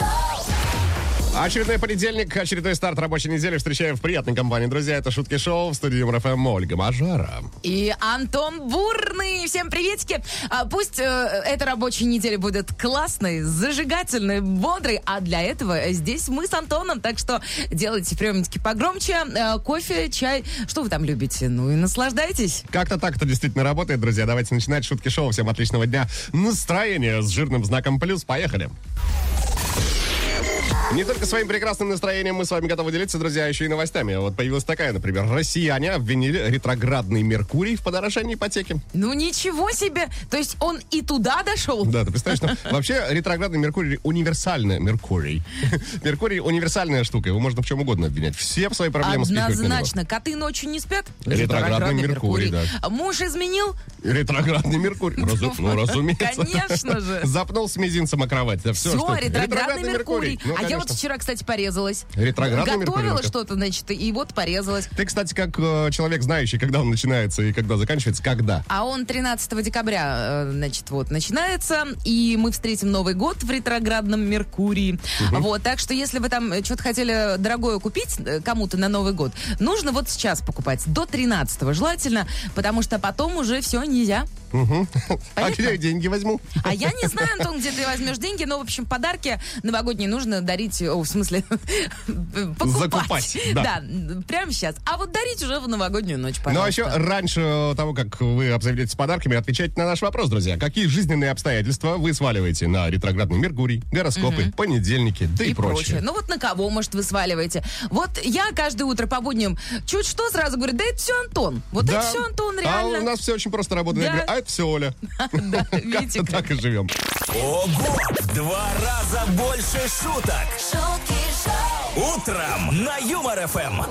шоу, Очередной понедельник, очередной старт рабочей недели. Встречаем в приятной компании, друзья. Это Шутки Шоу в студии МРФМ Ольга Мажара. И Антон Бурный. Всем приветики. А, Пусть э, эта рабочая неделя будет классной, зажигательной, бодрой, а для этого здесь мы с Антоном. Так что делайте приемники погромче, э, кофе, чай, что вы там любите. Ну и наслаждайтесь. Как-то так это действительно работает, друзья. Давайте начинать Шутки Шоу. Всем отличного дня. Настроение с жирным знаком плюс. Поехали. Не только своим прекрасным настроением мы с вами готовы делиться, друзья, еще и новостями. Вот появилась такая, например, россияне обвинили ретроградный Меркурий в подорожании ипотеки. Ну ничего себе. То есть он и туда дошел? Да, ты представляешь, ну, вообще ретроградный Меркурий универсальный Меркурий. Меркурий универсальная штука, его можно в чем угодно обвинять. Все в свои проблемы спихивают на него. Однозначно. Коты ночью не спят? Ретроградный Меркурий, А Муж изменил? Ретроградный Меркурий. Разу- Ну, разумеется. Конечно же. Запнул с мизинцем о кровать. Да, все, Все, что ты. ретроградный Меркурий. Ну, а я вот конечно. вчера, кстати, порезалась. Ретроградный Меркурий, Готовила ну-ка. что-то, значит, и вот порезалась. Ты, кстати, как э, человек, знающий, когда он начинается и когда заканчивается, когда. А он 13 декабря, э, значит, вот, начинается, и мы встретим Новый год в ретроградном Меркурии. Вот, так что, если вы там что-то хотели дорогое купить э, кому-то на Новый год, нужно вот сейчас покупать, до 13 желательно, потому что потом уже все нельзя. А где я деньги возьму? А я не знаю, Антон, где ты возьмешь деньги, но, в общем, подарки новогодние нужно дарить, о, в смысле, покупать. Закупать, да. прямо сейчас. А вот дарить уже в новогоднюю ночь, Ну, а пожалуйста. еще раньше того, как вы обзаведетесь подарками, отвечайте на наш вопрос, друзья. Какие жизненные обстоятельства вы сваливаете на ретроградный Меркурий, гороскопы, понедельники, да и, и прочее. прочее? Ну вот на кого, может, вы сваливаете. Вот я каждое утро по будням чуть что сразу говорю, да это все Антон. Вот это все Антон, реально. А у нас все очень просто работает. Я Да. говорю, а это все Оля. Да, видите Как-то как. так и живем. Ого! В Два раза больше шуток. шутки шоу, Утром на Юмор Эм. ФМ.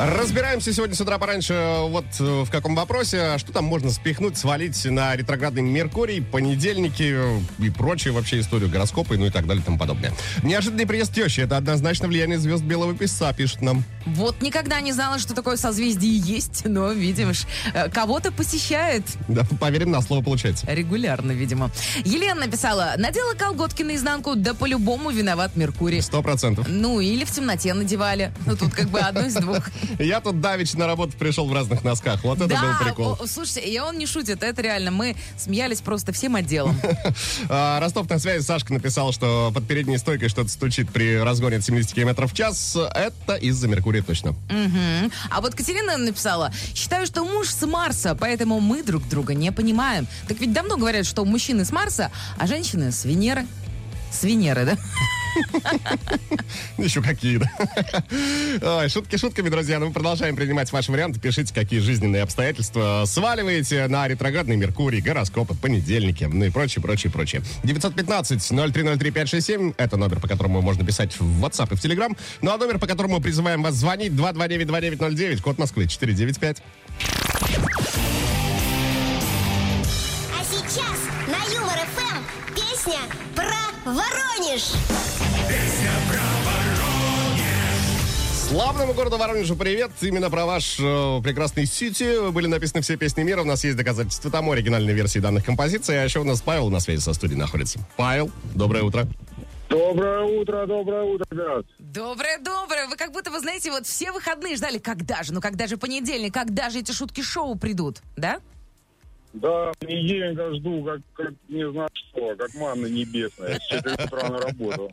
Разбираемся сегодня с утра пораньше вот э, в каком вопросе. Что там можно спихнуть, свалить на ретроградный Меркурий, понедельники э, и прочую вообще историю, гороскопы, ну и так далее и тому подобное. Неожиданный приезд тещи. Это однозначно влияние звезд белого песца, пишет нам. Вот никогда не знала, что такое созвездие есть, но, видишь, э, кого-то посещает Да, поверим на слово получается. регулярно, видимо. Елена написала, надела колготки наизнанку, да по-любому виноват Меркурий. Сто процентов. Ну, или в темноте надевали. Ну, тут как бы одно из двух. Я тут давич на работу пришел в разных носках. Вот это был прикол. о, слушайте, и он не шутит, это реально. Мы смеялись просто всем отделом. А, Ростов на связи Сашка написал, что под передней стойкой что-то стучит при разгоне от 70 км в час. Это из-за Меркурия точно. Мгм. А вот Катерина написала, считаю, что муж с Марса, поэтому мы друг друга не понимаем. Так ведь давно говорят, что мужчины с Марса, а женщины с Венеры. С Венеры, да? Еще какие, да? Ой, Шутки шутками, друзья, но мы продолжаем принимать ваши варианты. Пишите, какие жизненные обстоятельства сваливаете на ретроградный Меркурий, гороскопы, понедельники, ну и прочее, прочее, прочее. 915-0303-567 — это номер, по которому можно писать в WhatsApp и в Telegram. Ну а номер, по которому призываем вас звонить, 229-2909, код Москвы, 495. А сейчас на Юмор ФМ песня про Воронеж. Славному городу Воронежу привет! Именно про ваш э, прекрасный сити были написаны все песни мира. У нас есть доказательства тому оригинальной версии данных композиций. А еще у нас Павел на связи со студией находится. Павел, доброе утро. Доброе утро, доброе утро, ребят. Доброе-доброе. Вы как будто, вы знаете, вот все выходные ждали. Когда же? Ну, когда же понедельник? Когда же эти шутки-шоу придут? Да? Да, недельника жду, как, как не знаю что, как манна небесная. С 4 утра на работу.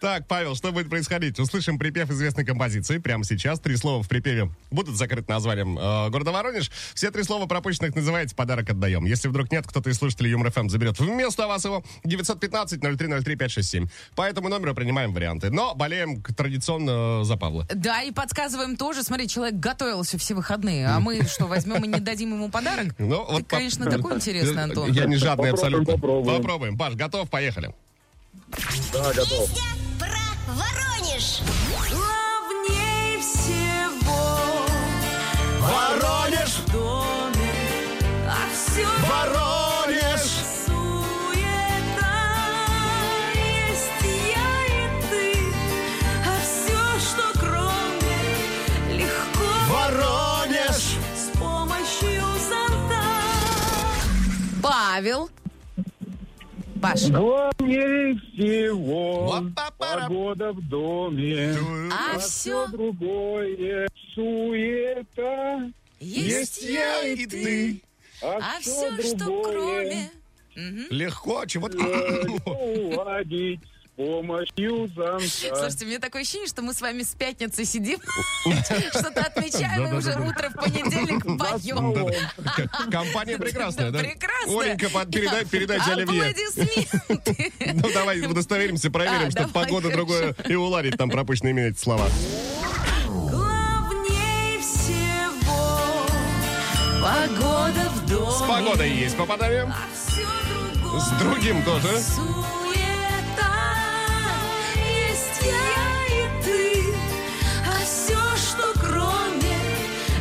Так, Павел, что будет происходить? Услышим припев известной композиции прямо сейчас. Три слова в припеве будут закрыты названием э, города Воронеж. Все три слова пропущенных называете, подарок отдаем. Если вдруг нет, кто-то из слушателей Юмор ФМ заберет вместо вас его 915-0303-567. По этому номеру принимаем варианты. Но болеем к- традиционно э, за Павла. Да, и подсказываем тоже. Смотри, человек готовился все выходные, а мы что, возьмем и не дадим ему подарок? Ну, Ты, вот по- конечно, такой интересный, Антон. Я не жадный Попробуем, абсолютно. попробуем. попробуем. Паш, готов? Поехали. Да, готов. Песня про Воронеж. Главней всего Воронеж! доме, а все Воронеж! всюду Павел. Паш. Главнее всего Опа-пара. погода в доме. А Все все. другое суета. Есть я и ты. А все, что кроме. Легко, чего-то... Уладить с помощью замка. Слушайте, мне такое ощущение, что мы с вами с пятницы сидим, что-то отмечаем, и уже Да-да-да. утро в понедельник поем. Компания прекрасная, да? Прекрасно. Оленька, под- передай, передайте Оливье. Аплодисменты. Ну, давай удостоверимся, проверим, А, что давай, погода хорошо. другое и уладить там пропущенные именно эти слова. Главней всего погода в доме. С погодой есть попадаем, А все другое с другим тоже. суета. Есть я и ты, а все, что кроме,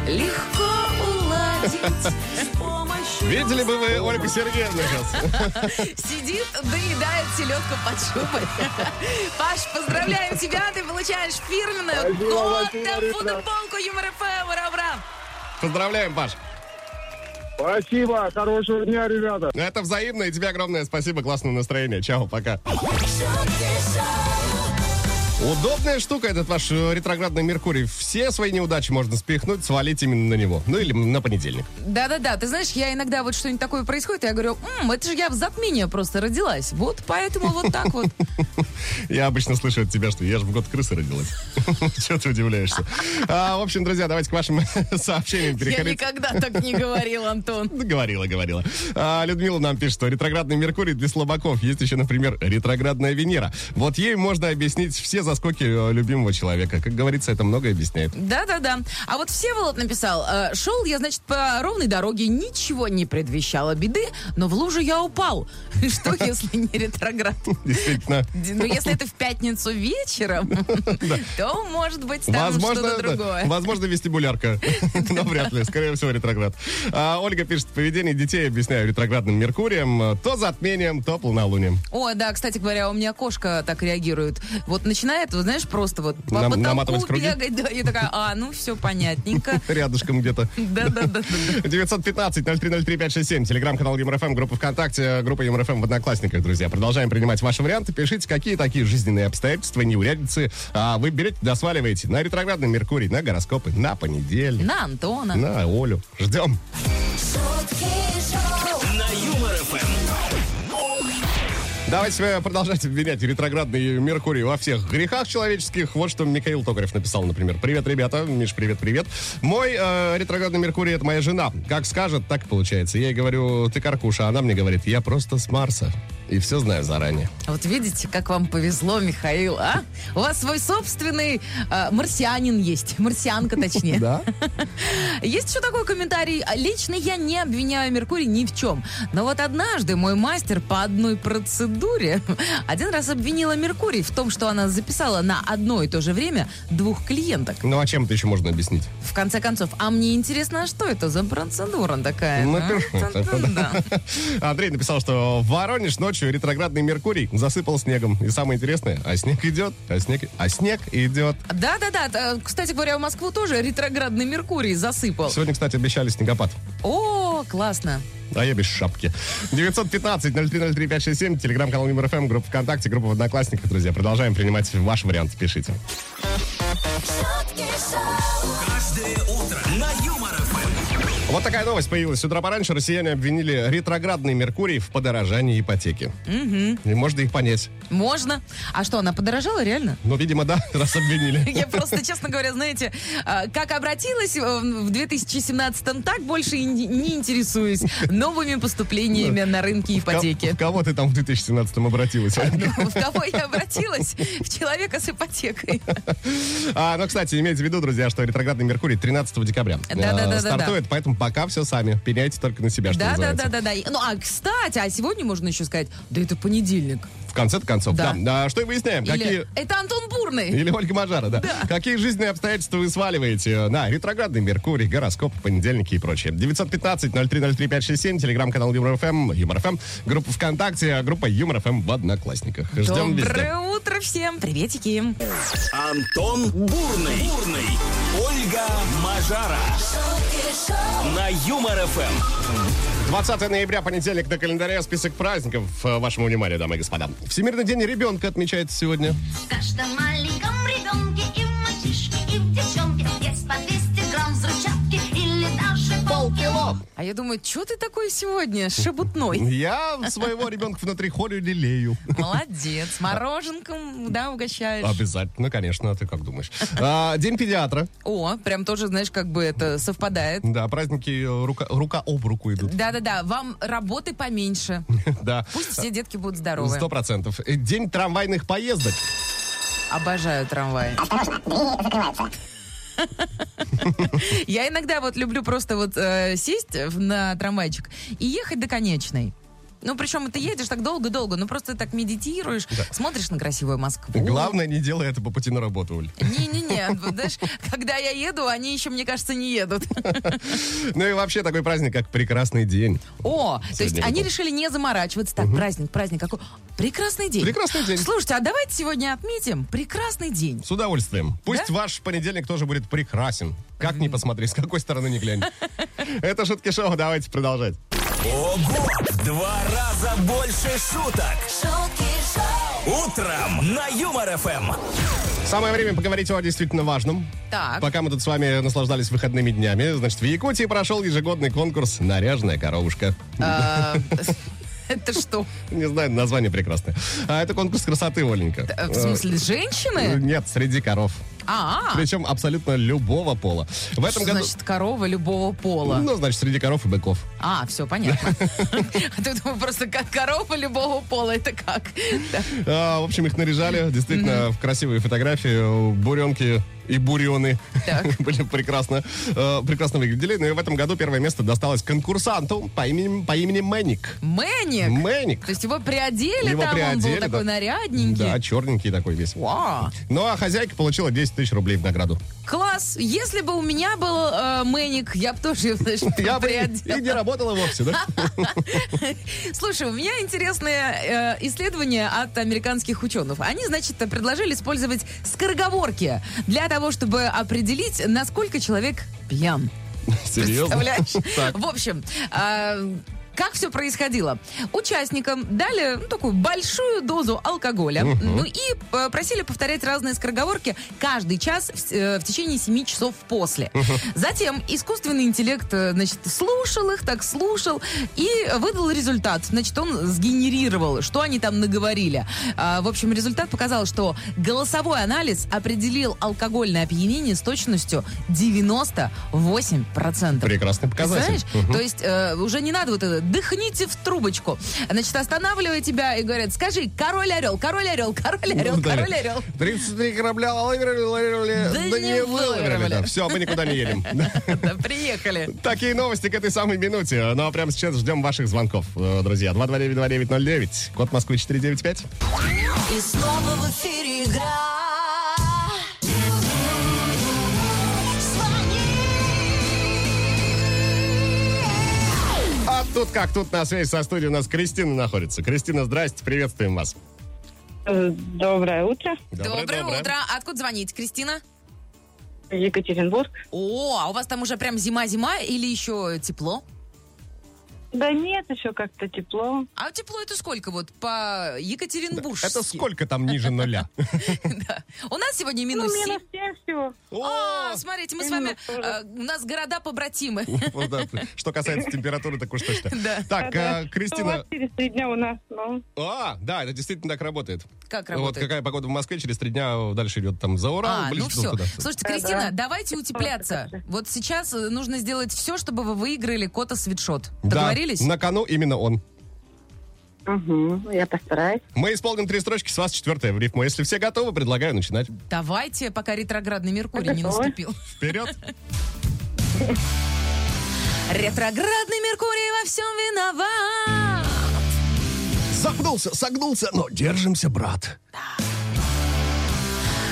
легко уладить с помощью... Видели бы вы Ольгу Сергеевну сейчас? Сидит, доедает селедку под шубой. Паш, поздравляем тебя, ты получаешь фирменную Спасибо большое, кота ребят. футболку Юмор ФМ. Ура, ура! Поздравляем, Паш. Спасибо, хорошего дня, ребята. Это взаимно, и тебе огромное спасибо, классное настроение. Чао, пока. шутки шоу, Удобная штука этот ваш э, ретроградный Меркурий. Все свои неудачи можно спихнуть, свалить именно на него. Ну или на понедельник. Да-да-да, ты знаешь, я иногда вот что-нибудь такое происходит, и я говорю, «М, это же я в затмении просто родилась. Вот поэтому вот так вот. Я обычно слышу от тебя, что я же в год крысы родилась. Чего ты удивляешься? А, В общем, друзья, давайте к вашим сообщениям Я переходить. никогда так не говорил, Антон. Ну, Говорила, говорила. А, Людмила нам пишет, что ретроградный Меркурий для слабаков. Есть еще, например, ретроградная Венера. Вот ей можно объяснить все заскоки э, любимого человека. Как говорится, это многое объясняет. Да-да-да. А вот Всеволод написал, э, шел я, значит, по ровной дороге, ничего не предвещало беды, но в лужу я упал. Что, если не ретроград? Действительно. Ну, если это в пятницу вечером, то, может быть, там Возможно, что-то да. другое. возможно, вестибулярка. Но вряд ли, скорее всего, ретроград. А, Ольга пишет, поведение детей объясняю ретроградным Меркурием, э, то затмением, то полнолунием. О, да, кстати говоря, у меня кошка так реагирует. Вот начинает, вот, знаешь, просто вот по Нам- наматывать потолку круги? бегать. Да, и такая, а, ну все понятненько. Рядышком где-то. Да-да-да. 915-0303-567, телеграм-канал ЮморФМ, группа ВКонтакте, группа ЮморФМ в Одноклассниках, друзья. Продолжаем принимать ваши варианты. Пишите, какие такие жизненные обстоятельства, неурядицы а вы берете, досваливаете на ретроградный Меркурий, на гороскопы, на понедельник, На Антона. на Олю. Ждем. шутки шоу, На Юмор ФМ. Давайте э, продолжать обвинять ретроградный Меркурий во всех грехах человеческих. Вот что Михаил Токарев написал, например. Привет, ребята. Миш, привет, привет. Мой э, ретроградный Меркурий — это моя жена. Как скажет, так и получается. Я ей говорю, ты каркуша, а она мне говорит, я просто с Марса. И все знаю заранее. Вот видите, как вам повезло, Михаил, а? У вас свой собственный э, марсианин есть. Марсианка, точнее. Да? Есть еще такой комментарий. Лично я не обвиняю Меркурий ни в чем. Но вот однажды мой мастер по одной процедуре один раз обвинила Меркурий в том, что она записала на одно и то же время двух клиенток. Ну а чем это еще можно объяснить? В конце концов, а мне интересно, а что это за процедура такая? Ну, а? конечно. Да. Андрей написал, что в Воронеж ночью ретроградный Меркурий засыпал снегом. И самое интересное, а снег идет, а снег, а снег идет. Да-да-да. Э, Кстати говоря, в Москву тоже ретроградный Меркурий засыпал. Сегодня, кстати, обещали снегопад. О, классно. А я без шапки. 915-0303-567, телеграм-канал Юмор ФМ, группа ВКонтакте, группа в Одноклассниках, друзья. Продолжаем принимать ваш вариант, пишите. шутки шоу, Каждое утро на Юмор Эм. ФМ. Вот такая новость появилась. С утра пораньше россияне обвинили ретроградный Меркурий в подорожании ипотеки. И можно их понять. Можно. А что, она подорожала реально? Ну, видимо, да, раз обвинили. Я просто, честно говоря, знаете, а, как обратилась э, в 2017-м, так больше и не не интересуюсь новыми поступлениями на рынке Ко- ипотеки. Ну, В кого ты там в 2017-м обратилась? Ну, В кого я обратилась? В человека с ипотекой. А, ну, кстати, имейте в виду, друзья, что ретроградный Меркурий 13 декабря э, Да-да-да-да-да. стартует, поэтому пока все сами. Пеняйте только на себя, что Да, да, называется. да, да, да. Ну, а кстати, а сегодня можно еще сказать, да это понедельник. В конце-то концов, Да. да. А что и выясняем, какие... Или это Антон Бурный. Или Ольга Мажара, да. Какие жизненные обстоятельства вы сваливаете э, на ретроградный Меркурий, гороскоп, понедельники и прочее. 915-0303-567, телеграм-канал Юмор-ФМ, Юмор-ФМ, группа ВКонтакте, а группа Юмор-ФМ в Одноклассниках. Ждем везде. Доброе утро всем. Приветики. Антон Бурный. Бурный. Ольга Мажара. шутки шоу. Эм. На Юмор ФМ. 20 ноября, понедельник на календаре. Список праздников э, вашему вниманию, дамы и господа. Всемирный день ребенка отмечается сегодня. В каждом маленьком ребенке и в мальчишке, и в девчонке есть по 200 грамм взрывчатки или даже полкило. А я думаю, что ты такой сегодня шебутной? Ну, Я своего ребенка внутри холю лелею. Молодец, мороженком, да, угощаешь. Обязательно, конечно, а ты как думаешь? А, День педиатра. О, прям тоже, знаешь, как бы это совпадает. Да, праздники э, рука, рука об руку идут. Да-да-да, вам работы поменьше. Да. Пусть все детки будут здоровы. Сто процентов. Э, День трамвайных поездок. Обожаю трамвай. Я иногда вот люблю просто вот э, сесть в- на трамвайчик и ехать до конечной. Ну, причем ты едешь так долго-долго, ну просто так медитируешь, смотришь на красивую Москву. Главное, не делай это по пути на работу, Уль. Не-не-не, вот знаешь, когда я еду, они еще, мне кажется, не едут. Ну и вообще такой праздник, как прекрасный день. О, то есть Сегодня они был. решили не заморачиваться. Так, праздник, праздник какой. Прекрасный день. Прекрасный день. Слушайте, а давайте сегодня отметим прекрасный день. С удовольствием. Пусть Да? ваш понедельник тоже будет прекрасен. Как ни посмотри, с какой стороны не глянь. Это шутки шоу, давайте продолжать. Ого! В Два раза больше шуток! шутки шоу, Утром на Юмор ФМ! Самое время поговорить о действительно важном. Так. Пока мы тут с вами наслаждались выходными днями, значит, в Якутии прошел ежегодный конкурс «Наряженная коровушка». А, Это что? Не знаю, название прекрасное. А это конкурс красоты, Оленька. Э, В смысле, Э, женщины? Нет, среди коров. А, Причем абсолютно любого пола. В что этом году... значит корова любого пола? Ну, значит, среди коров и быков. А, все понятно. А ты думал, просто как корова любого пола, это как? Да. А, в общем, их наряжали. Действительно, в красивые фотографии. э, Буренки и бурионы Так. были прекрасно, э, прекрасно выглядели. Ну и в этом году первое место досталось конкурсанту по имени, по имени Мэник. Мэник. Мэник. То есть его приодели Его там, он приодели, был да. такой Да, нарядненький. черненький такой весь. Вау. Ну а хозяйка получила 10 тысяч рублей в награду. Класс! Если бы у меня был э, мэник, я бы тоже, знаешь, Я бы и, приодела. и не работала вовсе, да? Слушай, у меня интересное э, исследование от американских ученых. Они, значит, предложили использовать скороговорки для того, чтобы определить, насколько человек пьян. Серьезно? Представляешь? Так. В общем, э, как все происходило? Участникам дали ну, такую большую дозу алкоголя. Ну и э, просили повторять разные скороговорки каждый час в, э, в течение 7 часов после. Затем искусственный интеллект, э, значит, слушал их, так слушал и выдал результат. Значит, он сгенерировал, что они там наговорили. А, в общем, результат показал, что голосовой анализ определил алкогольное опьянение с точностью 98%. Прекрасный показатель. Знаешь, то есть э, уже не надо вот это, дыхните в трубочку. Значит, останавливают тебя и говорят, скажи, король орел, король орел, король орел, Ну, да. король орел. 33 корабля лавировали, лавировали, Да да не не выловили. выловили. Все, мы никуда не едем. Да, Приехали. Такие новости к этой самой минуте. Ну а прямо сейчас ждем ваших звонков, э, друзья. 229-2909, код Москвы 495. и снова в эфире игра. А тут как тут на связи со студией у нас Кристина находится. Кристина, здрасте, приветствуем вас. Э, Доброе утро, Доброе утро. Откуда звоните, Кристина? Екатеринбург. О, а у вас там уже прям зима-зима или еще тепло? Да нет, еще как-то тепло. Ну, А тепло это сколько вот по Екатеринбуржски? Это сколько там ниже нуля? Да. У нас сегодня Ну, минус 7. минус семь всего. О, смотрите, мы с вами, э, у нас города-побратимы. Вот да. Что касается температуры, так уж точно. Да. Так, э, Кристина, 23 дня Ну, у нас, ну, а, да, это действительно так работает. Как Вот работает? какая погода в Москве, через три дня дальше идет там за Урал, А, ближе ну все. туда. Слушайте, Кристина, Да-да. давайте утепляться. Просто Вот сейчас э, нужно сделать все, чтобы вы выиграли кота свитшот. Да, Договорились? на кону именно он. Мгм, ну, я постараюсь. Мы исполним три строчки, с вас четвертая в рифму. Если все готовы, предлагаю начинать. Давайте, пока ретроградный Меркурий не Готовы? наступил. Вперед! Ретроградный Меркурий во всем виноват. Загнулся, согнулся, но держимся, брат.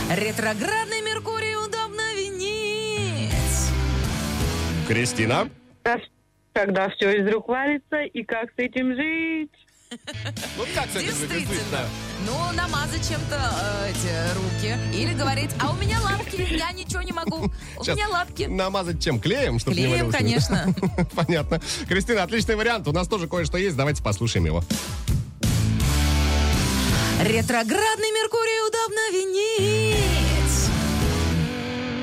Ретроградный Меркурий удобно винить. Кристина? Как- Когда все из рук валится, и как с этим жить? Вот как это выглядит, Действительно. да? Ну, намазать чем-то э, эти руки. Или говорить, а у меня лапки, я ничего не могу. У Сейчас. меня лапки. Намазать чем? Клеем? Чтоб не Клеем, валялся? конечно. Понятно. Кристина, отличный вариант. У нас тоже кое-что есть. Давайте послушаем его. Ретроградный Меркурий удобно винить.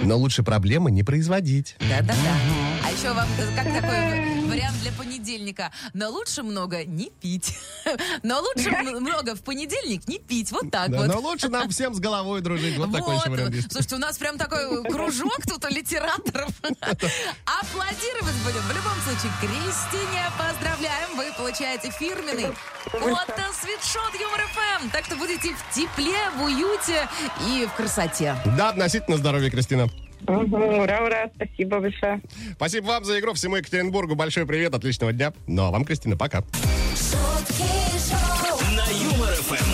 Но лучше проблемы не производить. Да-да-да. А еще вам э, как такой вариант для понедельника. Но лучше много не пить. Но лучше м- много в понедельник не пить. Вот так Да, вот. Но лучше нам всем с головой дружить. Вот, такой еще вариант есть. Слушайте, у нас прям такой кружок тут у литераторов. Аплодировать будем. В любом случае, Кристине поздравляем. Вы получаете фирменный фото свитшот Юмор ФМ. Так что будете в тепле, в уюте и в красоте. Да, относительно здоровья, Кристина. Мгм, Ура, ура, спасибо большое. Спасибо вам за игру. Всему Екатеринбургу большой привет, отличного дня. Ну, а вам, Кристина, пока. шутки шоу, На Юмор ФМ.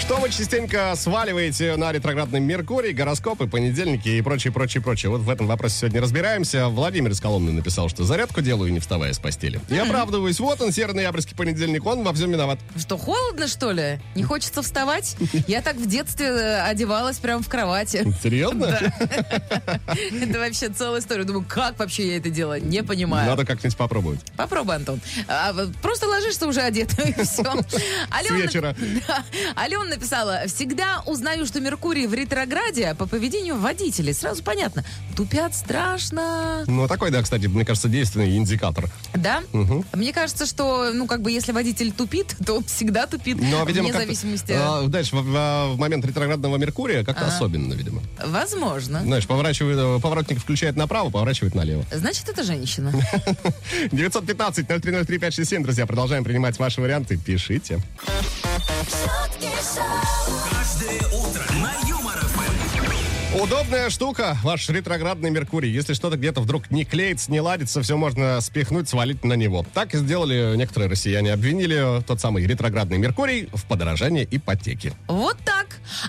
Что вы частенько сваливаете на ретроградный Меркурий, гороскопы, понедельники и прочее, прочее, прочее. Вот в этом вопросе сегодня разбираемся. Владимир из Коломны написал, что зарядку делаю, не вставая с постели. Я оправдываюсь. Вот он, серый ноябрьский понедельник, он во всем виноват. Что, холодно, что ли? Не хочется вставать? Я так в детстве э, одевалась прям в кровати. Серьезно? Это вообще целая история. Думаю, как вообще я это делаю? Не понимаю. Надо как-нибудь попробовать. Попробуй, Антон. А, вот просто ложишься уже одетым, и все. Алена, вечера. Да. Алена написала, всегда узнаю, что Меркурий в ретрограде а по поведению водителей. Сразу понятно, тупят страшно. Ну, такой, да, кстати, мне кажется, действенный индикатор. Да? Мне кажется, что, ну, как бы, если водитель тупит, то он всегда тупит, Но, Ну, а, видимо, вне как-то, зависимости. а, знаешь, в, в- в момент ретроградного Меркурия как-то особенно, видимо. Возможно. Знаешь, поворачивает, э, поворотник включает направо, поворачивает налево. Значит, это женщина. 915-0303-567, друзья, продолжаем принимать ваши варианты. Пишите. шутки шоу, Каждое утро на Юмор ФМ. Удобная штука, ваш ретроградный Меркурий. Если что-то где-то вдруг не клеится, не ладится, все можно спихнуть, свалить на него. Так и сделали некоторые россияне. Обвинили тот самый ретроградный Меркурий в подорожании ипотеки. Вот так.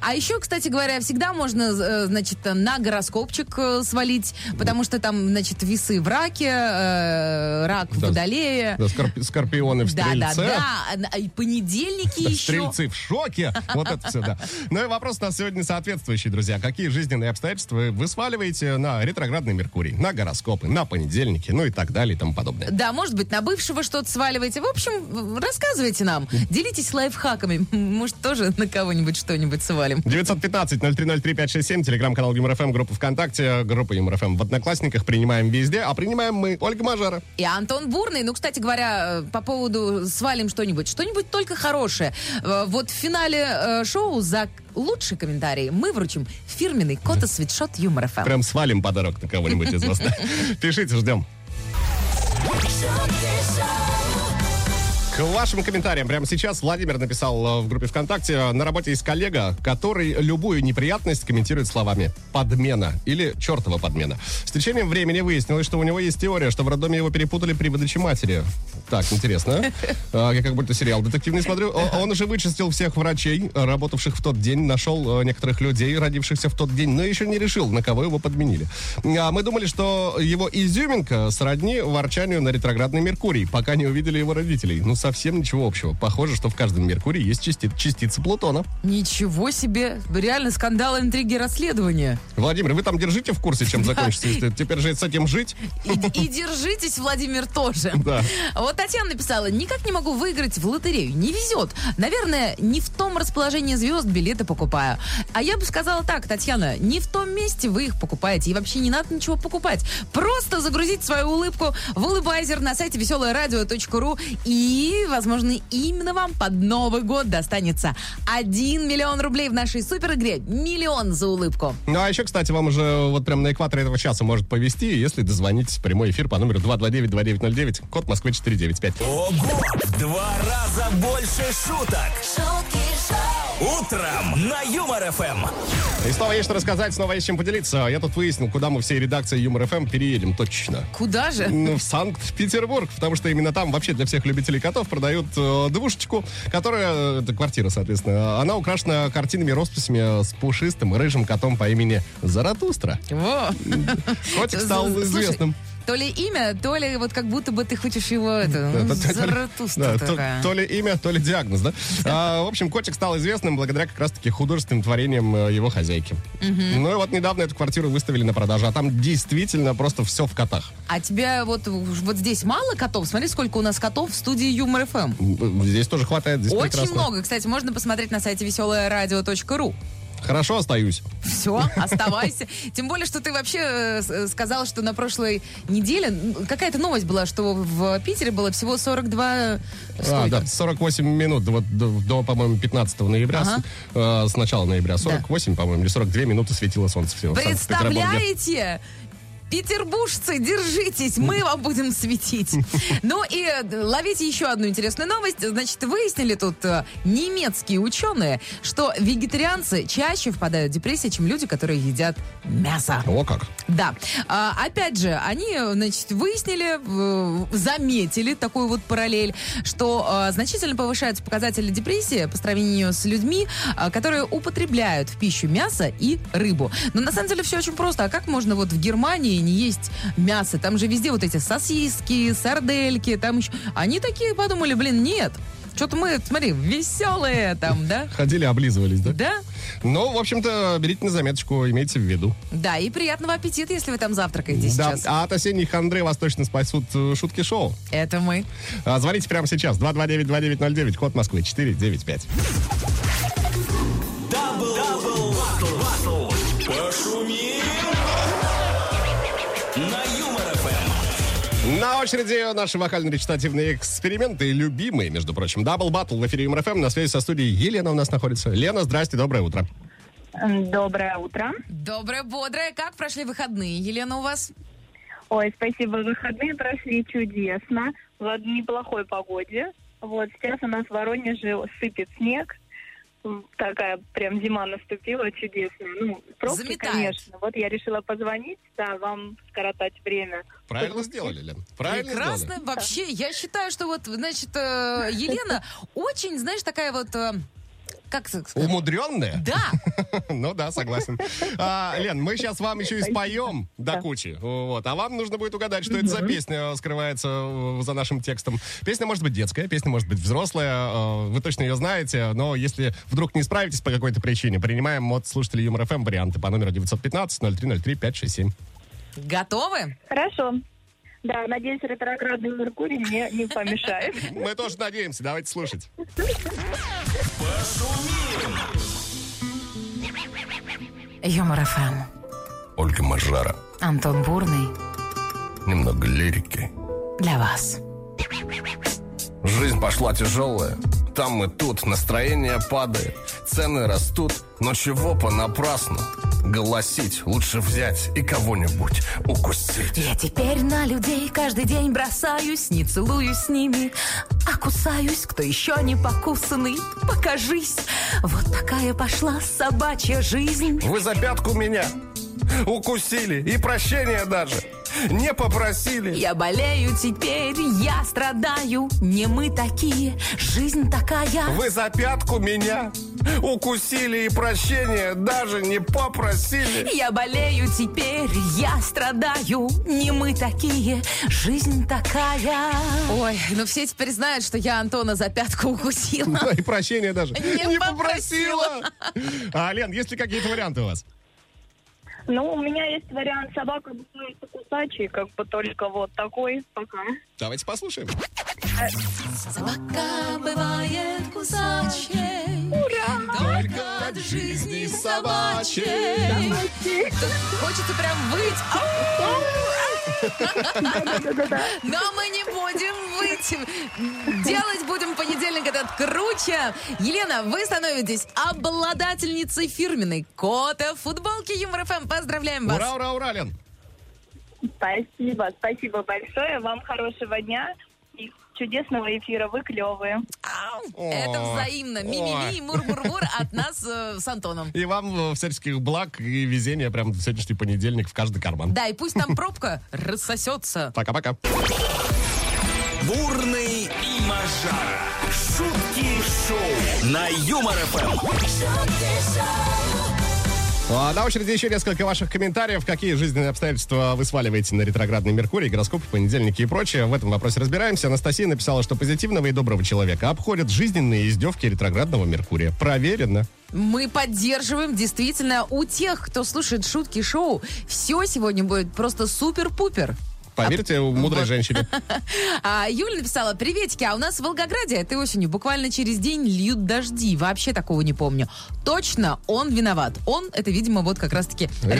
А еще, кстати говоря, всегда можно, э, значит, на гороскопчик э, свалить, потому что там, значит, весы в раке, э, рак в Да. водолее. Да, скорпи- скорпионы в Да, стрельце. да, да. А И понедельники Да, еще. Стрельцы в шоке. Вот это все, да. Ну и вопрос у нас сегодня соответствующий, друзья. Какие жизненные обстоятельства вы сваливаете на ретроградный Меркурий, на гороскопы, на понедельники, ну и так далее и тому подобное. Да, может быть, на бывшего что-то сваливаете. В общем, рассказывайте нам. Делитесь лайфхаками. Может, тоже на кого-нибудь что-нибудь свалим. 915-0303-567, телеграм-канал ЮморФМ, группа ВКонтакте, группа ЮморФМ в Одноклассниках. Принимаем везде, а принимаем мы Ольга Мажара. И Антон Бурный, ну, кстати говоря, э, по поводу свалим что-нибудь, что-нибудь только хорошее. Э, Вот в финале э, шоу за лучший комментарий мы вручим фирменный кота свитшот Юмор Эм». ФМ. Прям свалим подарок на кого-нибудь из вас. да. Пишите, ждем. шутки шоу, К вашим комментариям прямо сейчас Владимир написал э, в группе ВКонтакте. На работе есть коллега, который любую неприятность комментирует словами «подмена» или «чертова подмена». С течением времени выяснилось, что у него есть теория, что в роддоме его перепутали при выдаче матери. Так, интересно. Э, Я как будто сериал детективный смотрю. О- А Он уже вычистил всех врачей, э, работавших в тот день, нашел э, некоторых людей, родившихся в тот день, но еще не решил, на кого его подменили. А мы думали, что его изюминка сродни ворчанию на ретроградный Меркурий, пока не увидели его родителей. Ну, совсем ничего общего. Похоже, что в каждом Меркурии есть части- частица Плутона. Ничего себе! Реально скандалы, интриги, расследования. Владимир, вы там держите в курсе, чем закончится? если Теперь же с этим жить? И, и держитесь, Владимир, тоже. Да. Вот Татьяна написала, никак не могу выиграть в лотерею. Не везет. Наверное, не в том расположении звезд билеты покупаю. А я бы сказала так, Татьяна, не в том месте вы их покупаете. И вообще не надо ничего покупать. Просто загрузить свою улыбку в улыбайзер на сайте веселорадио.ру и, возможно, именно вам под Новый год достанется 1 миллион рублей в нашей супер игре «Миллион за улыбку». Ну, а еще, кстати, вам уже вот прям на экваторе этого часа может повести, если дозвонитесь в прямой эфир по номеру 229-2909, код Москвы 495. Ого! В Два раза больше шуток. шутки шоу, Утром на Юмор ФМ. И снова есть что рассказать, снова есть чем поделиться. Я тут выяснил, куда мы всей редакции Юмор ФМ переедем точно. Куда же? Ну, в Санкт-Петербург, потому что именно там вообще для всех любителей котов продают э, двушечку, которая, э, это квартира, соответственно, э, она украшена картинами, росписями э, с пушистым рыжим котом по имени Заратустра. Во. Котик стал Слушай, известным. То ли имя, то ли вот как будто бы ты хочешь его, это, Да, то- то- то ли- да, Заратуста то- такая. То ли имя, то ли диагноз, да? А, В общем, котик стал известным благодаря как раз-таки художественным творениям э, его хозяйки. Ну и вот недавно эту квартиру выставили на продажу, а там действительно просто все в котах. А тебя вот, вот здесь мало котов? Смотри, сколько у нас котов в студии Юмор ФМ. М, э, Здесь тоже хватает, здесь Очень прекрасно. много. Кстати, можно посмотреть на сайте веселоерадио.ру. Хорошо остаюсь. Все, оставайся. Тем более, что ты вообще э, с- сказал, что на прошлой неделе м, какая-то новость была, что в Питере было всего 42... А, сколько? да, 48 минут, вот до, до, по-моему, 15 ноября, с- э, с начала ноября, 48, по-моему, или 42 минуты светило солнце всего. в Санкт-Петербурге. Представляете? Петербуржцы, держитесь, мы вам будем светить. Ну и э, ловите еще одну интересную новость. Значит, выяснили тут э, немецкие ученые, что вегетарианцы чаще впадают в депрессию, чем люди, которые едят мясо. О, как. Да. А, опять же, они, значит, выяснили, э, заметили такую вот параллель, что э, значительно повышаются показатели депрессии по сравнению с людьми, э, которые употребляют в пищу мясо и рыбу. Но на самом деле все очень просто. А как можно вот в Германии не есть мясо? Там же везде вот эти сосиски, сардельки, там еще... Они такие подумали, блин, нет. Что-то мы, смотри, веселые там, да? Ходили, облизывались, да? Да? Ну, в общем-то, берите на заметочку, имейте в виду. Да, и приятного аппетита, если вы там завтракаете Да, сейчас. а от осенних хандры вас точно спасут э, шутки шоу. Это мы. А, Звоните прямо сейчас. 229-2909, код Москвы, 495. Дабл, дабл, батл, батл. Пошумим на Юмор ФМ. На очереди наши вокально-речитативные эксперименты, любимые, между прочим. Дабл Баттл в эфире МРФМ. На связи со студией Елена у нас находится. Лена, здрасте, доброе утро. М, Доброе утро. Доброе, бодрое. Как прошли выходные, Елена, у вас? Ой, спасибо. Выходные прошли чудесно. В неплохой погоде. Вот сейчас у нас в Воронеже сыпет снег. М, Такая прям зима наступила чудесная. Ну, пробки, Заметает. конечно. Вот я решила позвонить, да, вам скоротать время. Правильно сделали, Лен. Правильно Прекрасно. сделали. Вообще, я считаю, что вот, значит, э, Елена очень, знаешь, такая вот... э, Как так сказать? Умудренная? Да, Ну да, согласен. А, Лен, мы сейчас вам еще и споем до Да. кучи. Вот. А вам нужно будет угадать, что это за песня скрывается э, за нашим текстом. Песня может быть детская, песня может быть взрослая. э, Вы точно ее знаете, но если вдруг не справитесь по какой-то причине, принимаем от слушателей Юмор ФМ варианты по номеру 915-0303-567. готовы? Хорошо. Да, надеюсь, ретроградный Меркурий мне не помешает. Мы тоже надеемся, давайте слушать. Юмор ФМ. Ольга Мажара. Антон Бурный Немного лирики. для вас. Жизнь пошла тяжелая. Там и тут настроение падает, цены растут, но чего понапрасну? Голосить лучше взять и кого-нибудь укусить. Я теперь на людей каждый день бросаюсь, не целуюсь с ними, а кусаюсь, кто еще не покусанный, покажись. Вот такая пошла собачья жизнь. Вы за пятку меня укусили и прощения даже не попросили. Я болею теперь, я страдаю, не мы такие, жизнь такая. Вы за пятку меня укусили и прощения даже не попросили. Я болею теперь, я страдаю, не мы такие, жизнь такая. Ой, ну все теперь знают, что я Антона за пятку укусила. Да, И прощения даже. Не А, Лен, есть ли какие-то варианты у вас? Ну, у меня есть вариант собака бывает кусачий, как бы только вот такой пока. Давайте послушаем. Собака бывает кусачей, только от жизни собачей. Тут хочется прям выть. Но мы не будем выть. Делать будем понедельник этот круче. Елена, вы становитесь обладательницей фирменной кота футболки Юмор ФМ. Поздравляем вас. Ура, ура, ура, Лен. Спасибо, спасибо большое. Вам хорошего дня и чудесного эфира. Вы клевые. Ау. Это О, взаимно. ой. Ми-ми-ми, мур-мур-мур от нас э, с Антоном. И вам э, всяческих благ и везения прям в сегодняшний понедельник в каждый карман. Да, и пусть там пробка рассосется. Пока-пока. Бурный и Мажара. Эм. Шутки шоу на Юмор ФМ. шутки шоу А, На очереди еще несколько ваших комментариев. Какие жизненные обстоятельства вы сваливаете на ретроградный Меркурий, гороскоп, понедельники и прочее. В этом вопросе разбираемся. Анастасия написала, что позитивного и доброго человека обходят жизненные издевки ретроградного Меркурия. Проверено. Мы поддерживаем действительно у тех, кто слушает шутки шоу. Все сегодня будет просто супер-пупер. Поверьте у мудрой женщине. А Юля написала, приветики, а у нас в Волгограде этой осенью буквально через день льют дожди. Вообще такого не помню. Точно, он виноват. Он, это, видимо, вот как раз-таки Ретроградный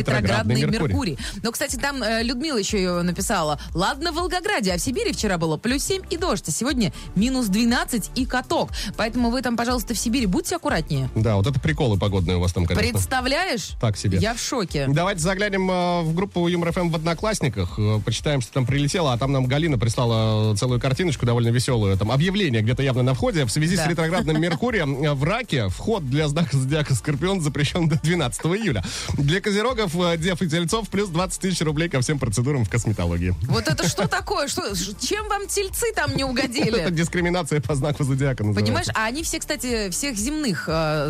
ретроградный Меркурий. Меркурий. Но, кстати, там э, Людмила еще ее написала. Ладно, в Волгограде, а в Сибири вчера было плюс 7 и дождь, а сегодня минус 12 и каток. Поэтому вы там, пожалуйста, в Сибири будьте аккуратнее. Да, вот это приколы погодные у вас там, конечно. Представляешь? Так себе. Я в шоке. Ну, Давайте заглянем э, в группу Юмор ФМ в Одноклассниках, э, почитаем, что там прилетело, а там нам Галина прислала э, целую картиночку довольно веселую. Там объявление где-то явно на входе. В связи с Да. ретроградным Меркурием э, в Раке вход для знака Зодиака Скорпион запрещен до 12 июля. Для козерогов, э, дев и тельцов плюс 20 тысяч рублей ко всем процедурам в косметологии. Вот это что такое? Что, чем вам тельцы там не Это угодили? дискриминация по знаку Зодиака называется. Понимаешь, а они все, кстати, всех земных э,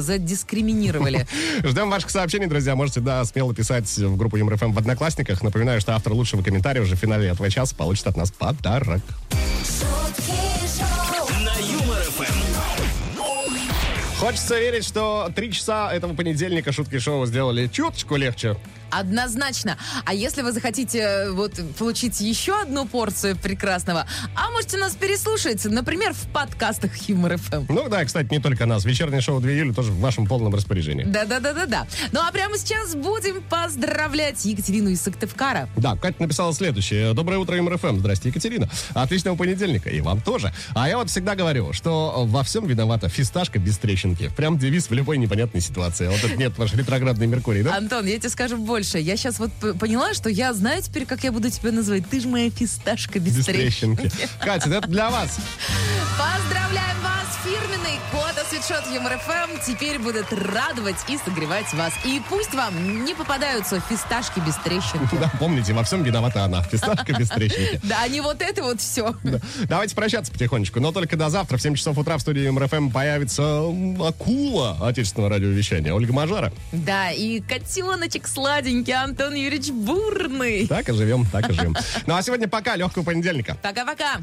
задискриминировали. Ждем ваших сообщений, друзья. Можете, да, смело писать в группу Юмор ФМ в Одноклассниках. Напоминаю, что автор лучшего комментария уже в финале этого часа получит от нас подарок. шутки шоу, На Юмор Эм. ФМ. Хочется верить, что три часа этого понедельника шутки шоу сделали чуточку легче. Однозначно. А если вы захотите э, вот получить еще одну порцию прекрасного, а можете нас переслушать, например, в подкастах Юмор ФМ. Ну да, кстати, не только нас. Вечернее шоу 2 июля тоже в вашем полном распоряжении. Да-да-да-да-да. Ну а прямо сейчас будем поздравлять Екатерину из Сыктывкара. Да, Катя написала следующее. Доброе утро, МРФМ. Здрасте, Екатерина. Отличного понедельника. И вам тоже. А я вот всегда говорю, что во всем виновата фисташка без трещинки. Прям девиз в любой непонятной ситуации. Вот это нет, ваш ретроградный Меркурий, да? Антон, я тебе скажу больше. Я сейчас вот п- поняла, что я знаю теперь, как я буду тебя называть. Ты же моя фисташка без, Без трещин. трещинки. Катя, это для вас. Поздравляем вас, фирменный кота свитшот Юмор ФМ теперь будут радовать и согревать вас. И пусть вам не попадаются фисташки без трещин. Да, помните, во всем виновата она. Фисташка без трещинки. Да, они вот это вот все. Да. Давайте прощаться потихонечку. Но только до завтра в 7 часов утра в студии МРФМ появится м, акула отечественного радиовещания Ольга Мажара. Да, и котеночек сладенький Антон Юрьевич Бурный. Так и живем, так и живем. Ну а сегодня пока. Легкого понедельника. Пока-пока.